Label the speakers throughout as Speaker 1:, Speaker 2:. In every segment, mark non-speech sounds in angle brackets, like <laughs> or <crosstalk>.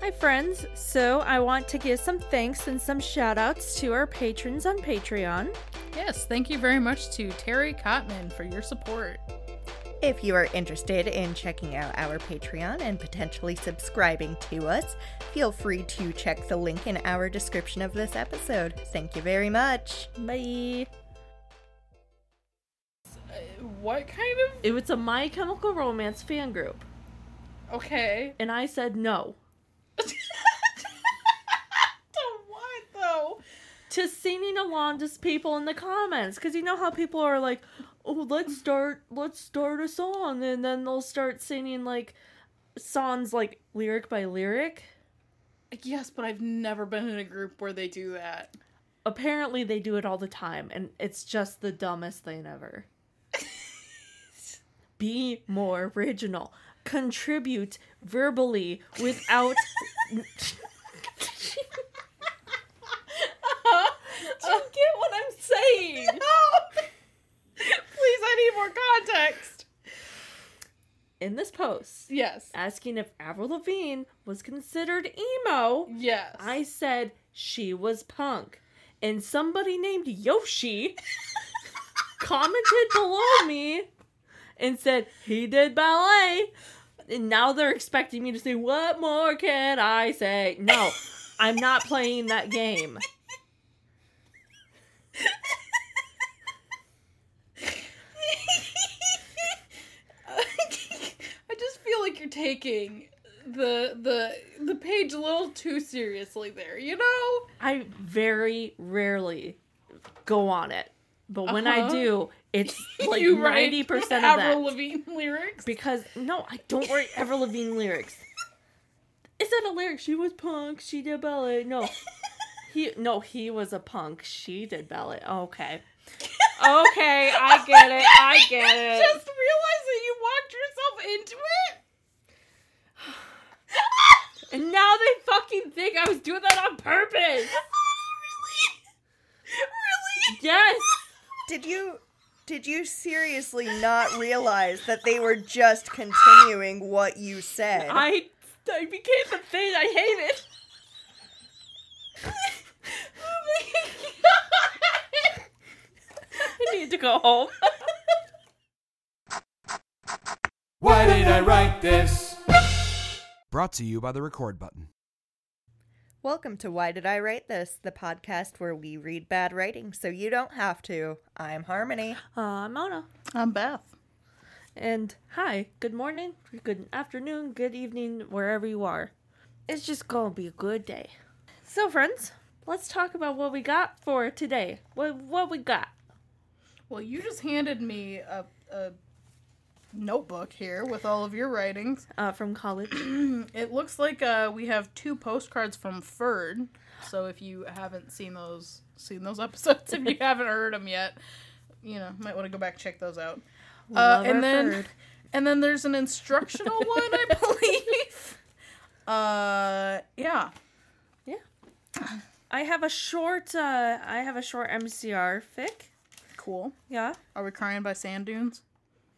Speaker 1: Hi, friends. So, I want to give some thanks and some shout outs to our patrons on Patreon.
Speaker 2: Yes, thank you very much to Terry Cotman for your support.
Speaker 3: If you are interested in checking out our Patreon and potentially subscribing to us, feel free to check the link in our description of this episode. Thank you very much.
Speaker 1: Bye.
Speaker 2: What kind
Speaker 1: It was a My Chemical Romance fan group,
Speaker 2: of. Okay. <laughs>
Speaker 1: and I said no
Speaker 2: To what, though?
Speaker 1: to singing along to people in the comments because you know how people are like, "Oh, let's start, let's start a song," and then they'll start singing like songs like lyric by lyric.
Speaker 2: Yes, but I've never been in a group where they do <laughs> that.
Speaker 1: Apparently, they do it all the time, and it's just the dumbest thing ever. Be more original. Contribute verbally without. Do you get what I'm saying?
Speaker 2: No! Please, I need more context.
Speaker 1: In this post,
Speaker 2: Yes.
Speaker 1: asking if Avril Lavigne was considered emo,
Speaker 2: Yes.
Speaker 1: I said she was punk. And somebody named
Speaker 2: <laughs>
Speaker 1: Yoshi commented below me and said he did ballet. And now they're expecting me to say, What more can I say?
Speaker 2: <laughs>
Speaker 1: No, I'm not playing that game.
Speaker 2: <laughs> I just feel like you're taking the the the page a little too seriously there, you know?
Speaker 1: I very rarely go on it. But when I
Speaker 2: Uh-huh.
Speaker 1: do, it's like
Speaker 2: <laughs> you write
Speaker 1: 90% of that.
Speaker 2: Avril Lavigne lyrics.
Speaker 1: Because no, I don't write Avril Lavigne lyrics. Is that a lyric? She was punk. She did ballet. <laughs> No, he no, he was a punk. She did ballet. Okay, okay, I get it. <laughs> I get it.
Speaker 2: just realized that you walked yourself into it.
Speaker 1: And now they fucking think I was doing that on <laughs> purpose.
Speaker 2: really?
Speaker 1: Yes,
Speaker 3: Did you did you seriously not realize that they were just continuing what you said?
Speaker 1: I I became the thing I hated. <laughs> I need to go home.
Speaker 4: Why did I write this? Brought to you by the record button.
Speaker 3: Welcome to Why Did I Write This, the podcast where we read bad writing so you don't have to. I'm Harmony.
Speaker 1: Uh, Mona.
Speaker 2: I'm Beth.
Speaker 1: And hi, good morning, good afternoon, good evening, wherever you are. It's just gonna be a good day. So, friends, let's talk about what we got for today. What what we got?
Speaker 2: Well, you just handed me a, a notebook here with all of your writings.
Speaker 1: Uh, from <clears throat> college.
Speaker 2: It looks like uh, we have two postcards from Ferd. So if you haven't seen those seen those
Speaker 1: <laughs>
Speaker 2: episodes, if you haven't heard them yet, you know might want to go back and check those out. Uh,
Speaker 1: Love our
Speaker 2: and then
Speaker 1: Ferd.
Speaker 2: <laughs> and then there's an
Speaker 1: <laughs>
Speaker 2: instructional one, I believe. Uh, yeah.
Speaker 1: I have a short. Uh, I have a short MCR fic.
Speaker 2: Cool.
Speaker 1: Yeah.
Speaker 2: Are we crying by sand dunes?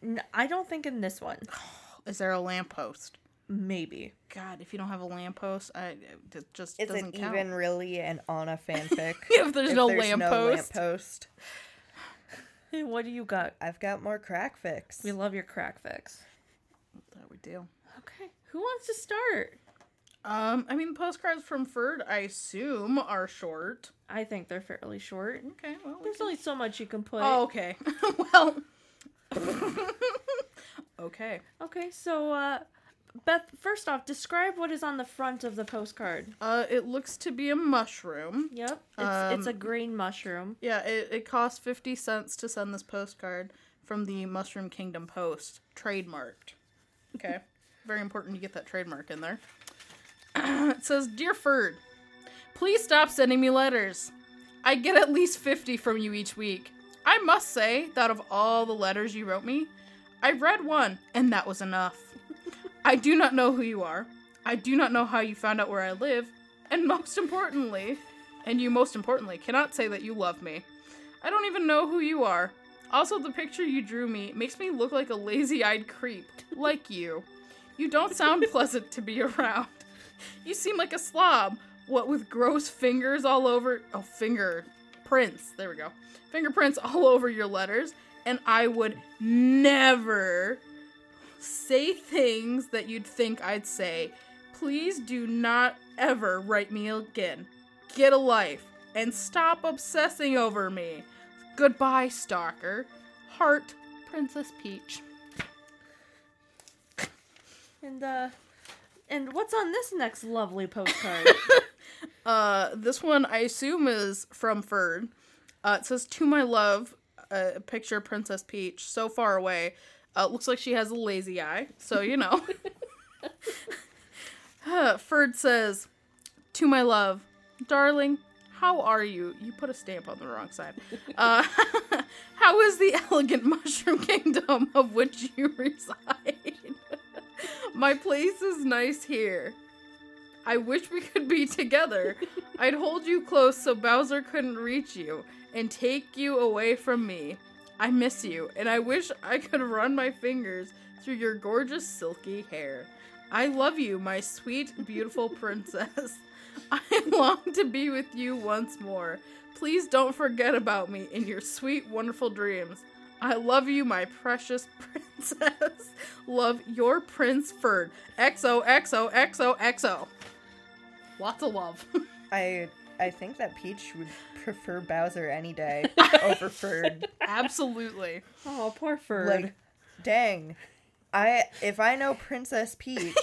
Speaker 1: N- I don't think in this one.
Speaker 2: Is there a lamppost?
Speaker 1: Maybe. <laughs>
Speaker 2: God, if you don't have a lamppost, I it just
Speaker 3: Is
Speaker 2: doesn't
Speaker 3: it
Speaker 2: count.
Speaker 3: even really an
Speaker 2: <laughs>
Speaker 3: Anna fanfic?
Speaker 2: If there's no lamppost.
Speaker 3: lamppost.
Speaker 1: Hey, what do you got?
Speaker 3: I've got more crack fix.
Speaker 1: We love your crack fics.
Speaker 2: That we do.
Speaker 1: Okay. Who wants to start?
Speaker 2: Um, I mean, the postcards from Ferd, I assume, are short.
Speaker 1: I think they're fairly short.
Speaker 2: Okay, well, we
Speaker 1: There's only so much you can put.
Speaker 2: Oh, okay. <laughs> well, okay.
Speaker 1: Okay, so uh, Beth, first off, describe what is on the front of the postcard.
Speaker 2: Uh, it looks to be a mushroom.
Speaker 1: Yep, it's, it's a green mushroom.
Speaker 2: Yeah, it, it costs 50 cents to send this postcard from the Mushroom Kingdom Post, trademarked. Okay. <laughs> Very important to get that trademark in there. <clears throat> it says Dear Ferd, please stop sending me letters. I get at least 50 from you each week. I must say that of all the letters you wrote me, I read one, and that was enough. I do not know who you are. I do not know how you found out where I live. And most importantly, and you most importantly cannot say that you love me. I don't even know who you are. Also, the picture you drew me makes me look like a lazy eyed creep, like you. You don't sound pleasant to be around. You seem like a slob. What with gross fingers all over. Oh, finger prints. There we go. Fingerprints all over your letters. And I would never say things that you'd think I'd say. Please do not ever write me again. Get a life and stop obsessing over me. Goodbye, stalker. Heart, Princess Peach.
Speaker 1: And uh and what's on this next lovely postcard?
Speaker 2: Uh, this one I assume is from Ferd. Uh, it says, "To my love, uh, picture Princess Peach so far away. Uh, looks like she has a lazy eye, so you know." uh, Ferd says, "To my love, darling, how are you? You put a stamp on the wrong side. Uh, <laughs> how is the elegant mushroom kingdom of which you <laughs> reside? my place is nice here." I wish we could be together. I'd hold you close so Bowser couldn't reach you and take you away from me. I miss you, and I wish I could run my fingers through your gorgeous silky hair. I love you, my sweet, beautiful <laughs> princess. I long to be with you once more. Please don't forget about me in your sweet, wonderful dreams. I love you, my precious <laughs> princess. love your Prince Ferd. XOXOXOXO. Lots of love. <laughs>
Speaker 3: I I think that Peach would <laughs> prefer Bowser any day over Ferd.
Speaker 2: Absolutely.
Speaker 1: oh, poor Ferd.
Speaker 3: Like, dang. I if I know Princess Peach,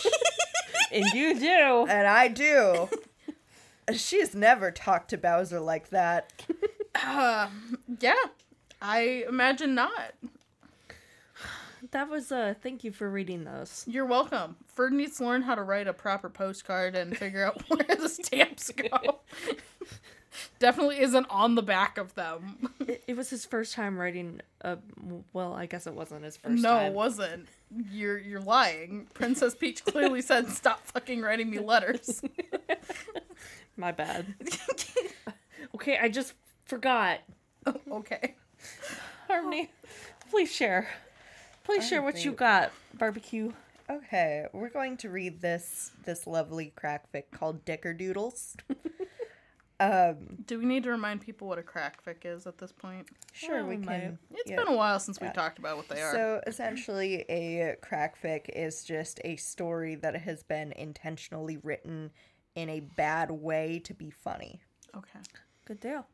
Speaker 1: and you do.
Speaker 3: and I do, she's never talked to Bowser like that.
Speaker 2: Yeah. I imagine not.
Speaker 1: <laughs> That was uh thank you for reading those.
Speaker 2: You're welcome. Ferd needs to learn how to write a proper postcard and figure out <laughs> where the stamps go. <laughs> Definitely isn't on the back of them.
Speaker 1: It, it was his first time writing a well, I guess it wasn't his first
Speaker 2: no, it
Speaker 1: time.
Speaker 2: wasn't. You're you're lying. Princess
Speaker 3: <laughs>
Speaker 2: Peach clearly said, "Stop fucking writing me letters." <laughs>
Speaker 1: My <laughs> bad. okay, I just forgot.
Speaker 2: okay.
Speaker 1: Harmony, please share. Please share what you got. Barbecue.
Speaker 3: Okay, we're going to read this this lovely crackfic called Dicker Doodles. um,
Speaker 2: Do we need to remind people what a crackfic is at this point?
Speaker 3: sure
Speaker 1: Well,
Speaker 3: we
Speaker 1: we
Speaker 3: can.
Speaker 2: It's
Speaker 3: yeah.
Speaker 2: been a while since we talked about what they are.
Speaker 3: So essentially, a crackfic is just a story that has been intentionally written in a bad way to be funny.
Speaker 2: okay.
Speaker 1: Good deal.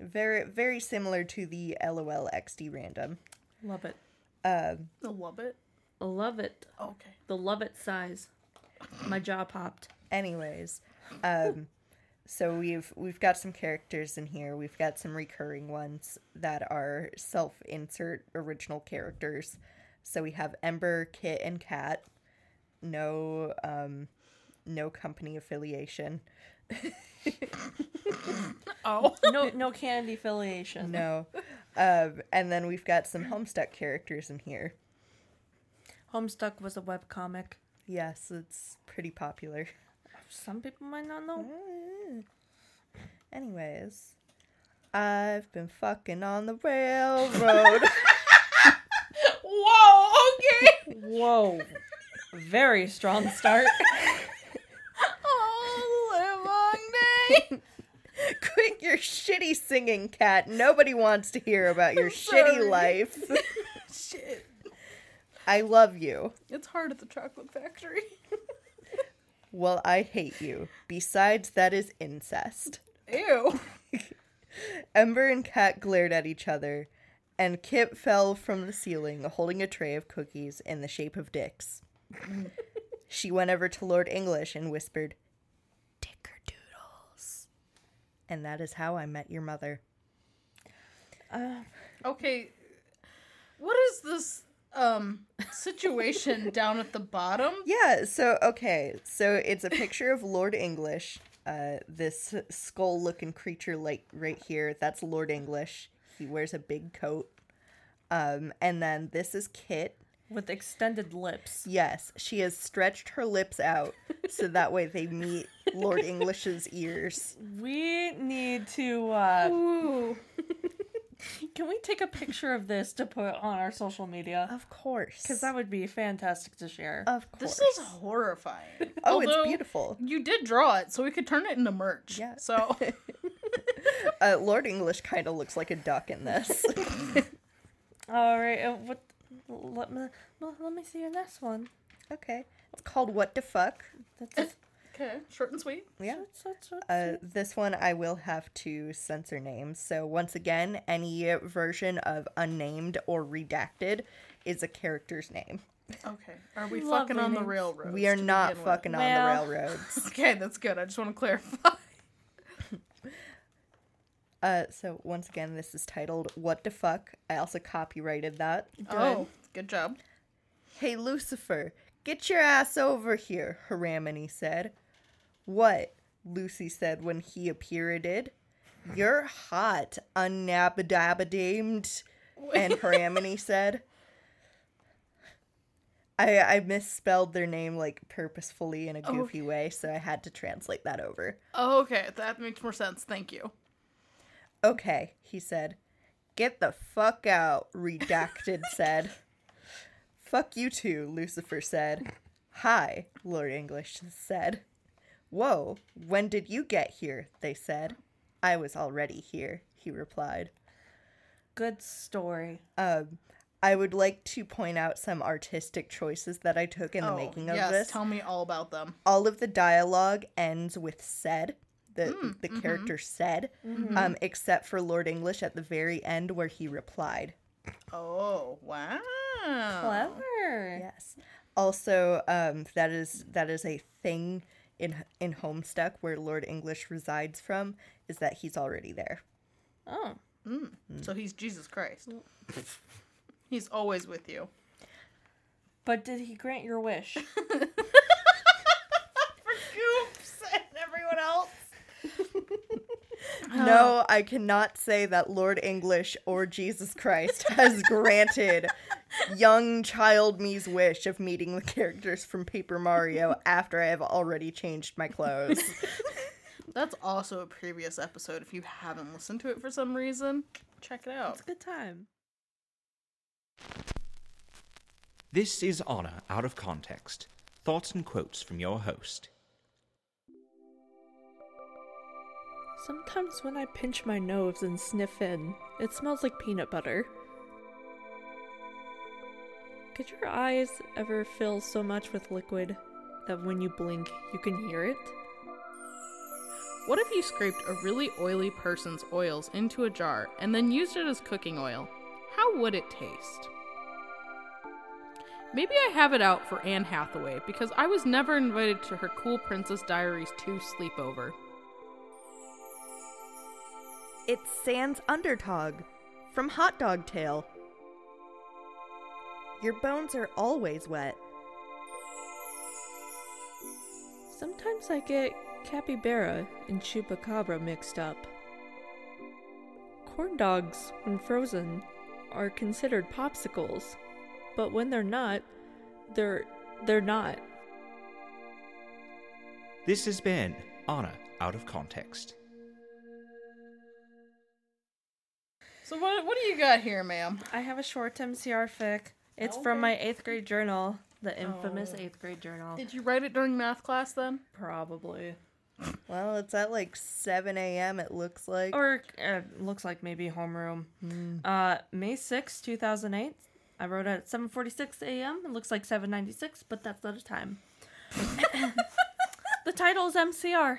Speaker 3: Very, very similar to the LOL XD random.
Speaker 1: Love it.
Speaker 2: I love it.
Speaker 1: Love it.
Speaker 2: Okay.
Speaker 1: The love it size. My jaw popped.
Speaker 3: Anyways, um, so we've we've got some characters in here. We've got some recurring ones that are self-insert original characters. So we have Ember, Kit, and Cat. No, um, no company affiliation.
Speaker 2: Oh. <laughs>
Speaker 1: No, no candy affiliation.
Speaker 3: No. um, and then we've got some Homestuck characters in here.
Speaker 1: Homestuck was a webcomic.
Speaker 3: Yes, it's pretty popular.
Speaker 1: Some people might not know.
Speaker 3: Anyways, I've been fucking on the railroad. <laughs>
Speaker 2: Whoa. Okay.
Speaker 1: Whoa. Very strong start.
Speaker 2: Oh, live long day.
Speaker 3: Quit your shitty singing, cat. Nobody wants to hear about your
Speaker 2: sorry.
Speaker 3: shitty life.
Speaker 2: <laughs> Shit.
Speaker 3: I love you.
Speaker 2: It's hard at the chocolate factory.
Speaker 3: Well, I hate you. Besides, that is incest.
Speaker 2: Ew.
Speaker 3: Ember and Kat glared at each other, and Kip fell from the ceiling holding a tray of cookies in the shape of dicks. she went over to Lord English and whispered, Dicker Doodles. And that is how I met your mother.
Speaker 2: Okay. What is this um <laughs> situation down at the bottom?
Speaker 3: Yeah, so, okay, so it's a picture of Lord English, uh, this skull looking creature, like right here. That's Lord English. He wears a big coat. Um, and then this is Kit.
Speaker 1: <laughs> With extended lips.
Speaker 3: Yes, she has stretched her lips out so that way they meet Lord English's ears.
Speaker 1: We need to uh
Speaker 2: Ooh.
Speaker 1: Can we take a picture of this to put on our social media?
Speaker 3: Of course.
Speaker 1: Because that would be fantastic to share.
Speaker 3: Of course.
Speaker 2: This is horrifying.
Speaker 3: oh,
Speaker 2: although-
Speaker 3: it's beautiful.
Speaker 2: You did draw it, so we could turn it into merch.
Speaker 3: Yeah.
Speaker 2: <laughs> So
Speaker 3: Uh, Lord English kind of looks like a duck in this. <laughs>
Speaker 1: All right. uh, What? Let me well, let me see your next one.
Speaker 3: okay. It's called What the Fuck.
Speaker 1: That's it.
Speaker 2: okay, short and sweet.
Speaker 3: Yeah.
Speaker 1: That's it.
Speaker 3: Uh, this one I will have to censor names. So once again, any version of unnamed or redacted is a character's name.
Speaker 2: Okay. Are we
Speaker 1: Lovely
Speaker 2: fucking on the
Speaker 1: names.
Speaker 2: railroad?
Speaker 3: We are not fucking
Speaker 1: Well-
Speaker 3: on the railroads.
Speaker 2: <laughs> Okay, that's <laughs> good. I just want to clarify.
Speaker 3: Uh, so once again, this is titled "What the Fuck." I also copyrighted that.
Speaker 2: Oh, good job.
Speaker 3: Hey, Lucifer, get your ass over here, Haramini said. What? Lucy said when he appeared. You're hot, unnabadabadamed, and Haramini said. I, I misspelled their name like purposefully in a goofy way, so I had to translate that over.
Speaker 2: Oh, okay, that makes more sense. Thank you.
Speaker 3: Okay, he said. Get the fuck out,
Speaker 2: <laughs>
Speaker 3: Redacted said. Fuck you too, Lucifer said. Hi, Lord English said. Whoa, when did you get here? They said. I was already here, he replied.
Speaker 1: Good story.
Speaker 3: Um, I would like to point out some artistic choices that I took in the
Speaker 2: oh,
Speaker 3: making of
Speaker 2: yes,
Speaker 3: this.
Speaker 2: tell me all about them.
Speaker 3: all of the dialogue ends with said the
Speaker 2: Hmm,
Speaker 3: the
Speaker 2: mm-hmm.
Speaker 3: character said um except for lord english at the very end where he replied
Speaker 2: Oh, wow. Hmm. uh,
Speaker 1: Clever.
Speaker 3: yes also um that is that is a thing in in homestuck where lord english resides from is that he's already <gasps> there
Speaker 1: Oh.
Speaker 2: So he's Jesus Christ. <laughs> he's always with <laughs> you.
Speaker 1: But did he grant your
Speaker 2: <laughs>
Speaker 1: wish?
Speaker 2: Goops and everyone else.
Speaker 3: no i cannot say that lord english or jesus christ <laughs> has granted young child me's wish of meeting the characters from paper mario after i have already changed my clothes
Speaker 2: That's also a previous episode. If you haven't listened to it for some reason, check it out.
Speaker 1: Good time.
Speaker 5: This is Honor Out of Context. Thoughts and quotes from your host.
Speaker 1: Sometimes when I pinch my nose and sniff in, it smells like peanut butter. Could your eyes ever fill so much with liquid that when you blink, you can hear it?
Speaker 2: What if you scraped a really oily person's oils into a jar and then used it as cooking oil? How would it taste? Maybe I have it out for Anne Hathaway because I was never invited to her Cool Princess Diaries 2 sleepover.
Speaker 3: <laughs> It's Sans Underdog from Hot Dog Tale. Your bones are always wet.
Speaker 1: Sometimes I get capybara and chupacabra mixed up. Corn dogs, when frozen, are considered popsicles, but when they're not, they're they're not.
Speaker 5: This has been Honor Out of Context.
Speaker 2: So, what, what do you got here, ma'am?
Speaker 1: I have a short MCR fic. It's
Speaker 2: Okay. Oh.
Speaker 1: from my eighth grade journal, the infamous eighth grade journal.
Speaker 2: Did you write it during math class then?
Speaker 1: Probably,
Speaker 3: Well, it's at like 7 a.m., it looks like.
Speaker 1: or uh, looks like maybe homeroom. Uh, May sixth, two thousand eight. I wrote it at seven forty six a.m. It looks like seven ninety six, but that's not a time. the title is MCR,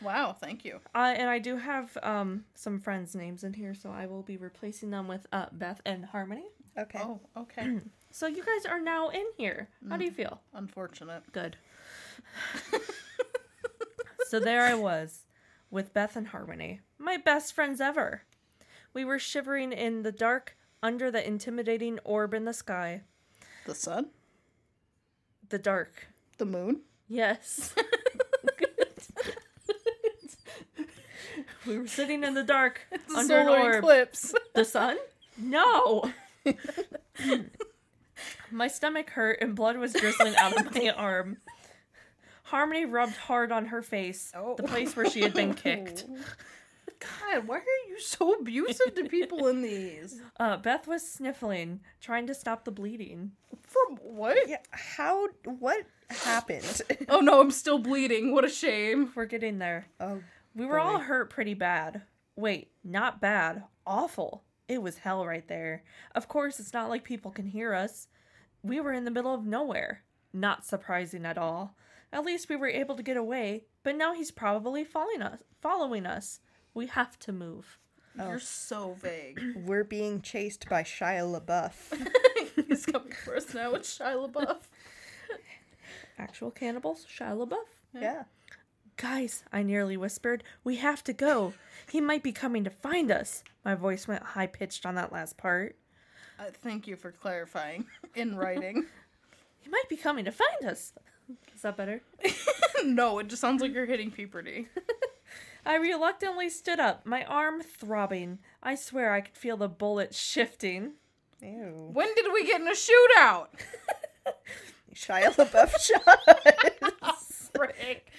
Speaker 2: Wow, thank you.
Speaker 1: uh, and I do have um, some friends' names in here, so I will be replacing them with uh, Beth and Harmony.
Speaker 3: okay.
Speaker 2: Oh, okay.
Speaker 1: So you guys are now in here. How do you feel?
Speaker 2: Mm. Unfortunate. <laughs>
Speaker 1: Good. so there I was with Beth and Harmony, my best friends ever. We were shivering in the dark under the intimidating orb in the sky.
Speaker 2: The sun?
Speaker 1: The dark.
Speaker 2: The moon?
Speaker 1: Yes. <laughs> we were sitting in the dark
Speaker 2: <laughs> The
Speaker 1: under an
Speaker 2: solar
Speaker 1: orb.
Speaker 2: eclipse. <laughs>
Speaker 1: The sun? No. my stomach hurt and blood was drizzling out of
Speaker 2: <laughs>
Speaker 1: my arm.
Speaker 2: Oh. <laughs>
Speaker 1: Harmony rubbed hard on her face, the place where she had been kicked.
Speaker 2: God, why are you so abusive to people in these?
Speaker 1: Uh, Beth was sniffling, trying to stop the bleeding.
Speaker 2: From what?
Speaker 3: <laughs> Yeah, how? What happened? <laughs>
Speaker 2: Oh no, I'm still bleeding. What a shame.
Speaker 1: We're getting there.
Speaker 3: oh,
Speaker 1: We were all hurt pretty bad. Wait, not bad, awful. It was hell right there. Of course, it's not like people can hear us. We were in the middle of nowhere. Not surprising at all. At least we were able to get away, but now he's probably following us. Following us. We have to move.
Speaker 2: You're so vague.
Speaker 3: we're being chased by Shia
Speaker 2: Mm-hmm.
Speaker 3: LaBeouf.
Speaker 2: He's coming for us now with Shia LaBeouf.
Speaker 1: Actual cannibals, Shia LaBeouf.
Speaker 3: yeah.
Speaker 1: Guys, I nearly whispered, we have to go. He might be coming to find us. My voice went high pitched on that last part.
Speaker 2: <laughs> Uh, thank you for clarifying in writing. <laughs>
Speaker 1: He might be coming to find us. <laughs> Is that better?
Speaker 2: no, it just sounds like you're hitting puberty.
Speaker 1: I reluctantly stood up, my arm throbbing. I swear I could feel the bullet shifting.
Speaker 3: Ew.
Speaker 2: When did we get in a shootout?
Speaker 3: Shia LaBeouf <laughs> shot.
Speaker 2: Frick.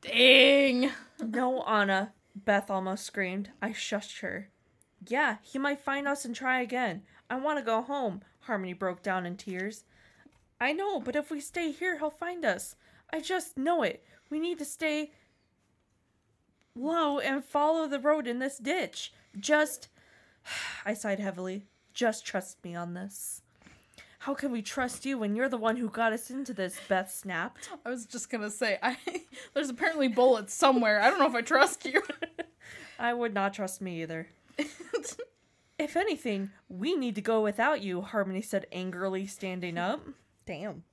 Speaker 2: Dang.
Speaker 1: No, Anna, Beth almost screamed. I shushed her. Yeah, he might find us and try again. I want to go home. Harmony broke down in tears. I know, but if we stay here, he'll find us. I just know it. We need to stay low and follow the road in this ditch. Just. <sighs> I sighed heavily. Just trust me on this. How can we trust you when you're the one who got us into this? Beth snapped.
Speaker 2: I was just gonna say, I <laughs> there's apparently bullets somewhere. I don't know if I trust you. <laughs>
Speaker 1: I would not trust me either. If anything, we need to go without you, Harmony said angrily, standing up.
Speaker 3: Damn.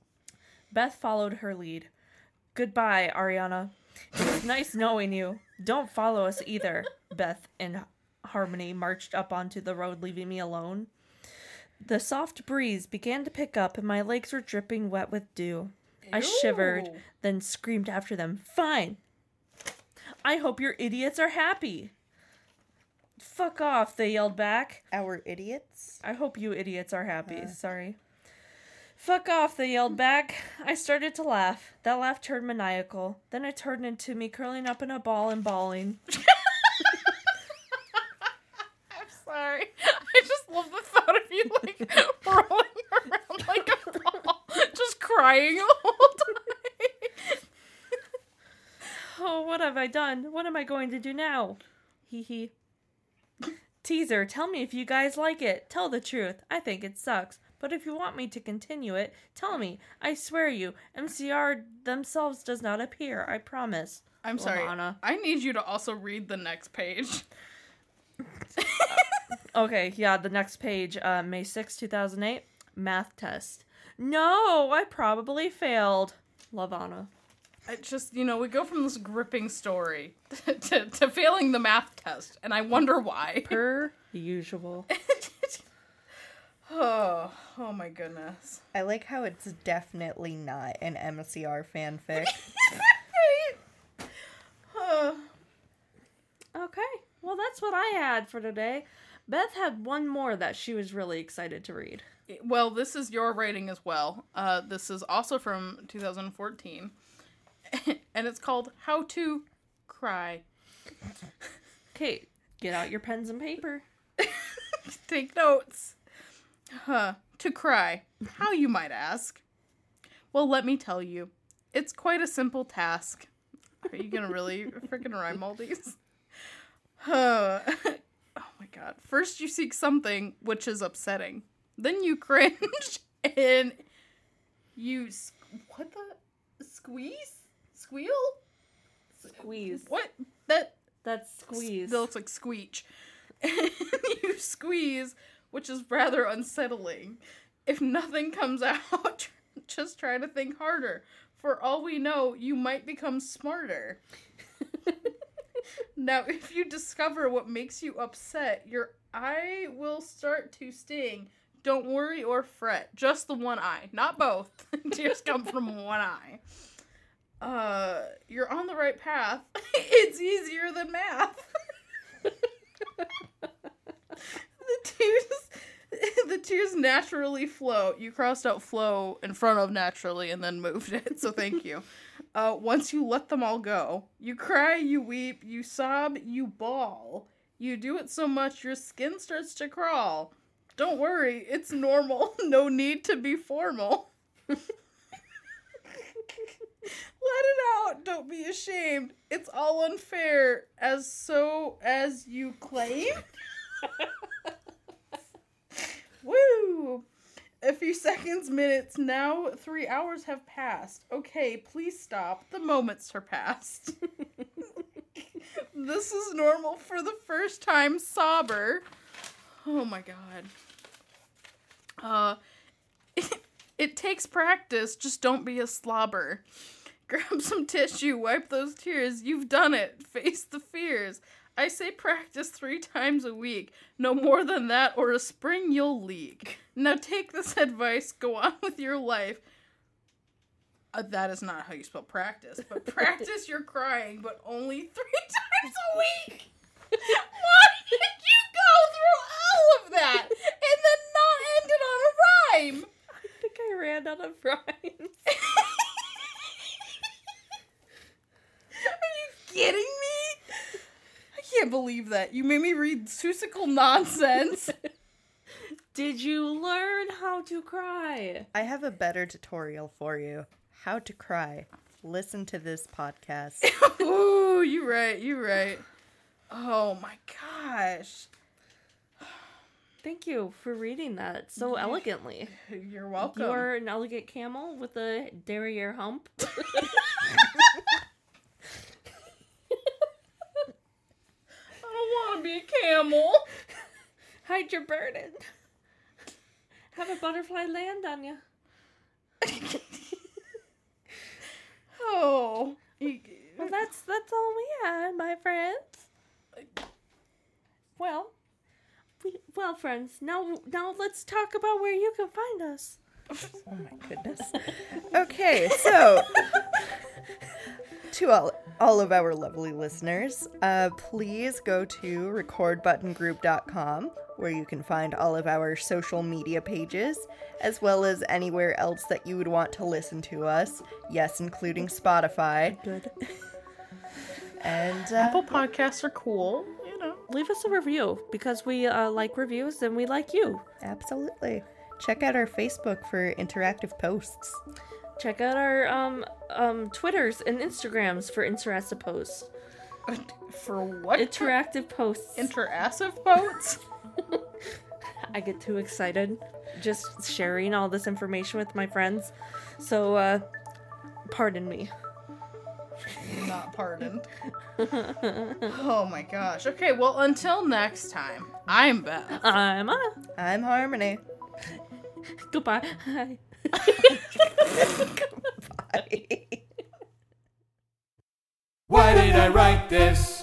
Speaker 1: Beth followed her lead. Goodbye, Ariana. It was nice knowing you. Don't follow us either. Beth and Harmony marched up onto the road, leaving me alone. The soft breeze began to pick up, and my legs were dripping wet with dew. I shivered,
Speaker 2: Ew.
Speaker 1: then screamed after them, Fine! I hope your idiots are happy! Fuck off, they yelled back.
Speaker 3: Our idiots.
Speaker 1: I hope you idiots are happy. Sorry. Fuck off, they yelled back. I started to laugh. That laugh turned maniacal. Then it turned into me curling up in a ball and bawling. <laughs>
Speaker 2: I'm sorry. I just love the thought of you like <laughs> rolling around like a ball, just crying the whole time.
Speaker 1: Oh, what have I done? What am I going to do now? Hee hee. <laughs> Teaser, tell me if you guys like it. Tell the truth. I think it sucks. But if you want me to continue it, tell me. I swear you, MCR themselves does not appear. I promise.
Speaker 2: I'm sorry.
Speaker 1: Lana.
Speaker 2: I need you to also read the next page.
Speaker 1: Okay, yeah, the next page, uh, May 6, 2008, math test. No, I probably failed. Love Anna.
Speaker 2: I just, you know, we go from this gripping story <laughs> to, to failing the math test, and I wonder why. <laughs>
Speaker 1: Per usual.
Speaker 2: oh, oh my goodness.
Speaker 3: I like how it's definitely not an MCR fanfic.
Speaker 2: Uh,
Speaker 1: Okay, well, that's what I had for today. Beth had one more that she was really excited to read.
Speaker 2: well, this is your rating as well. Uh, this is also from 2014, <laughs> and it's called How to Cry.
Speaker 1: Kate, get out your pens and paper.
Speaker 2: Take notes. Huh. To cry. How, you might ask? Well, let me tell you. It's quite a simple task. Are you going to really freaking rhyme all these? Huh. <laughs> Oh my god. First, you seek something which is upsetting. Then you cringe <laughs> and you. Sc- what the? Squeeze? Squeal?
Speaker 1: Squeeze.
Speaker 2: What? That.
Speaker 1: That's squeeze.
Speaker 2: That looks like squeech. <laughs> And you squeeze, which is rather unsettling. If nothing comes <laughs> out, just try to think harder. For all we know, you might become smarter. now, if you discover what makes you upset, your eye will start to sting. Don't worry or fret. Just the one eye, not both. <laughs> Tears come from one eye. Uh, you're on the right path. <laughs> it's easier than math. the tears <laughs> the tears naturally flow. You crossed out flow in front of naturally and then moved it, so thank you. Uh, once you let them all go, you cry, you weep, you sob, you bawl. You do it so much your skin starts to crawl. Don't worry, it's normal. <laughs> No need to be formal. <laughs> Let it out. Don't be ashamed. It's all unfair, as so as you claim. Woo! A few seconds, minutes, now three hours have passed. Okay, please stop. The moments are past. this is normal for the first time sober. Oh my god. Uh, <laughs> it, takes practice. Just don't be a slobber. <laughs> Grab some tissue, wipe those tears. You've done it. Face the fears. I say practice three times a week. No more than that, or a spring you'll leak. Now take this advice, go on <laughs> with your life. Uh, that is not how you spell practice, but practice your crying, but only three <laughs> times a week. Why did you go through all of that and then not end it on a rhyme?
Speaker 1: I think I ran out of rhymes.
Speaker 2: <laughs> Are you kidding me? I can't believe that. You made me read
Speaker 1: <laughs>
Speaker 2: susical nonsense.
Speaker 1: Did you learn how to cry?
Speaker 3: I have a better tutorial for you. How to cry. Listen to this podcast.
Speaker 2: <laughs> Ooh, you right, you right. Oh my gosh.
Speaker 1: Thank you for reading that so elegantly.
Speaker 2: You're welcome.
Speaker 1: You are an elegant camel with a derriere hump.
Speaker 2: I don't want to be a camel.
Speaker 1: Hide your burden. Have a butterfly land on you.
Speaker 2: Oh. You-
Speaker 1: Well, that's that's all we had, my friends. Well, we, well, friends. Now, now let's talk about where you can find us.
Speaker 3: Oh my goodness. <laughs> Okay, so to all all of our lovely listeners, uh, please go to recordbuttongroup.com where you can find all of our social media pages as well as anywhere else that you would want to listen to us. Yes, including Spotify.
Speaker 1: Good.
Speaker 3: And uh,
Speaker 2: Apple podcasts are cool, you know.
Speaker 1: Leave us a review because we uh, like reviews and we like you.
Speaker 3: Absolutely. Check out our Facebook for interactive posts.
Speaker 1: Check out our um um Twitters and Instagrams for interactive posts.
Speaker 2: For what?
Speaker 1: Interactive posts.
Speaker 2: Interassive boats? <laughs>
Speaker 1: I get too excited just sharing all this information with my friends. So, uh, pardon me.
Speaker 2: Not pardoned. oh my gosh. Okay, well, until next time, I'm Beth.
Speaker 1: I'm a
Speaker 3: I'm Harmony.
Speaker 1: goodbye. <laughs>
Speaker 3: Bye.
Speaker 4: Why did I write this?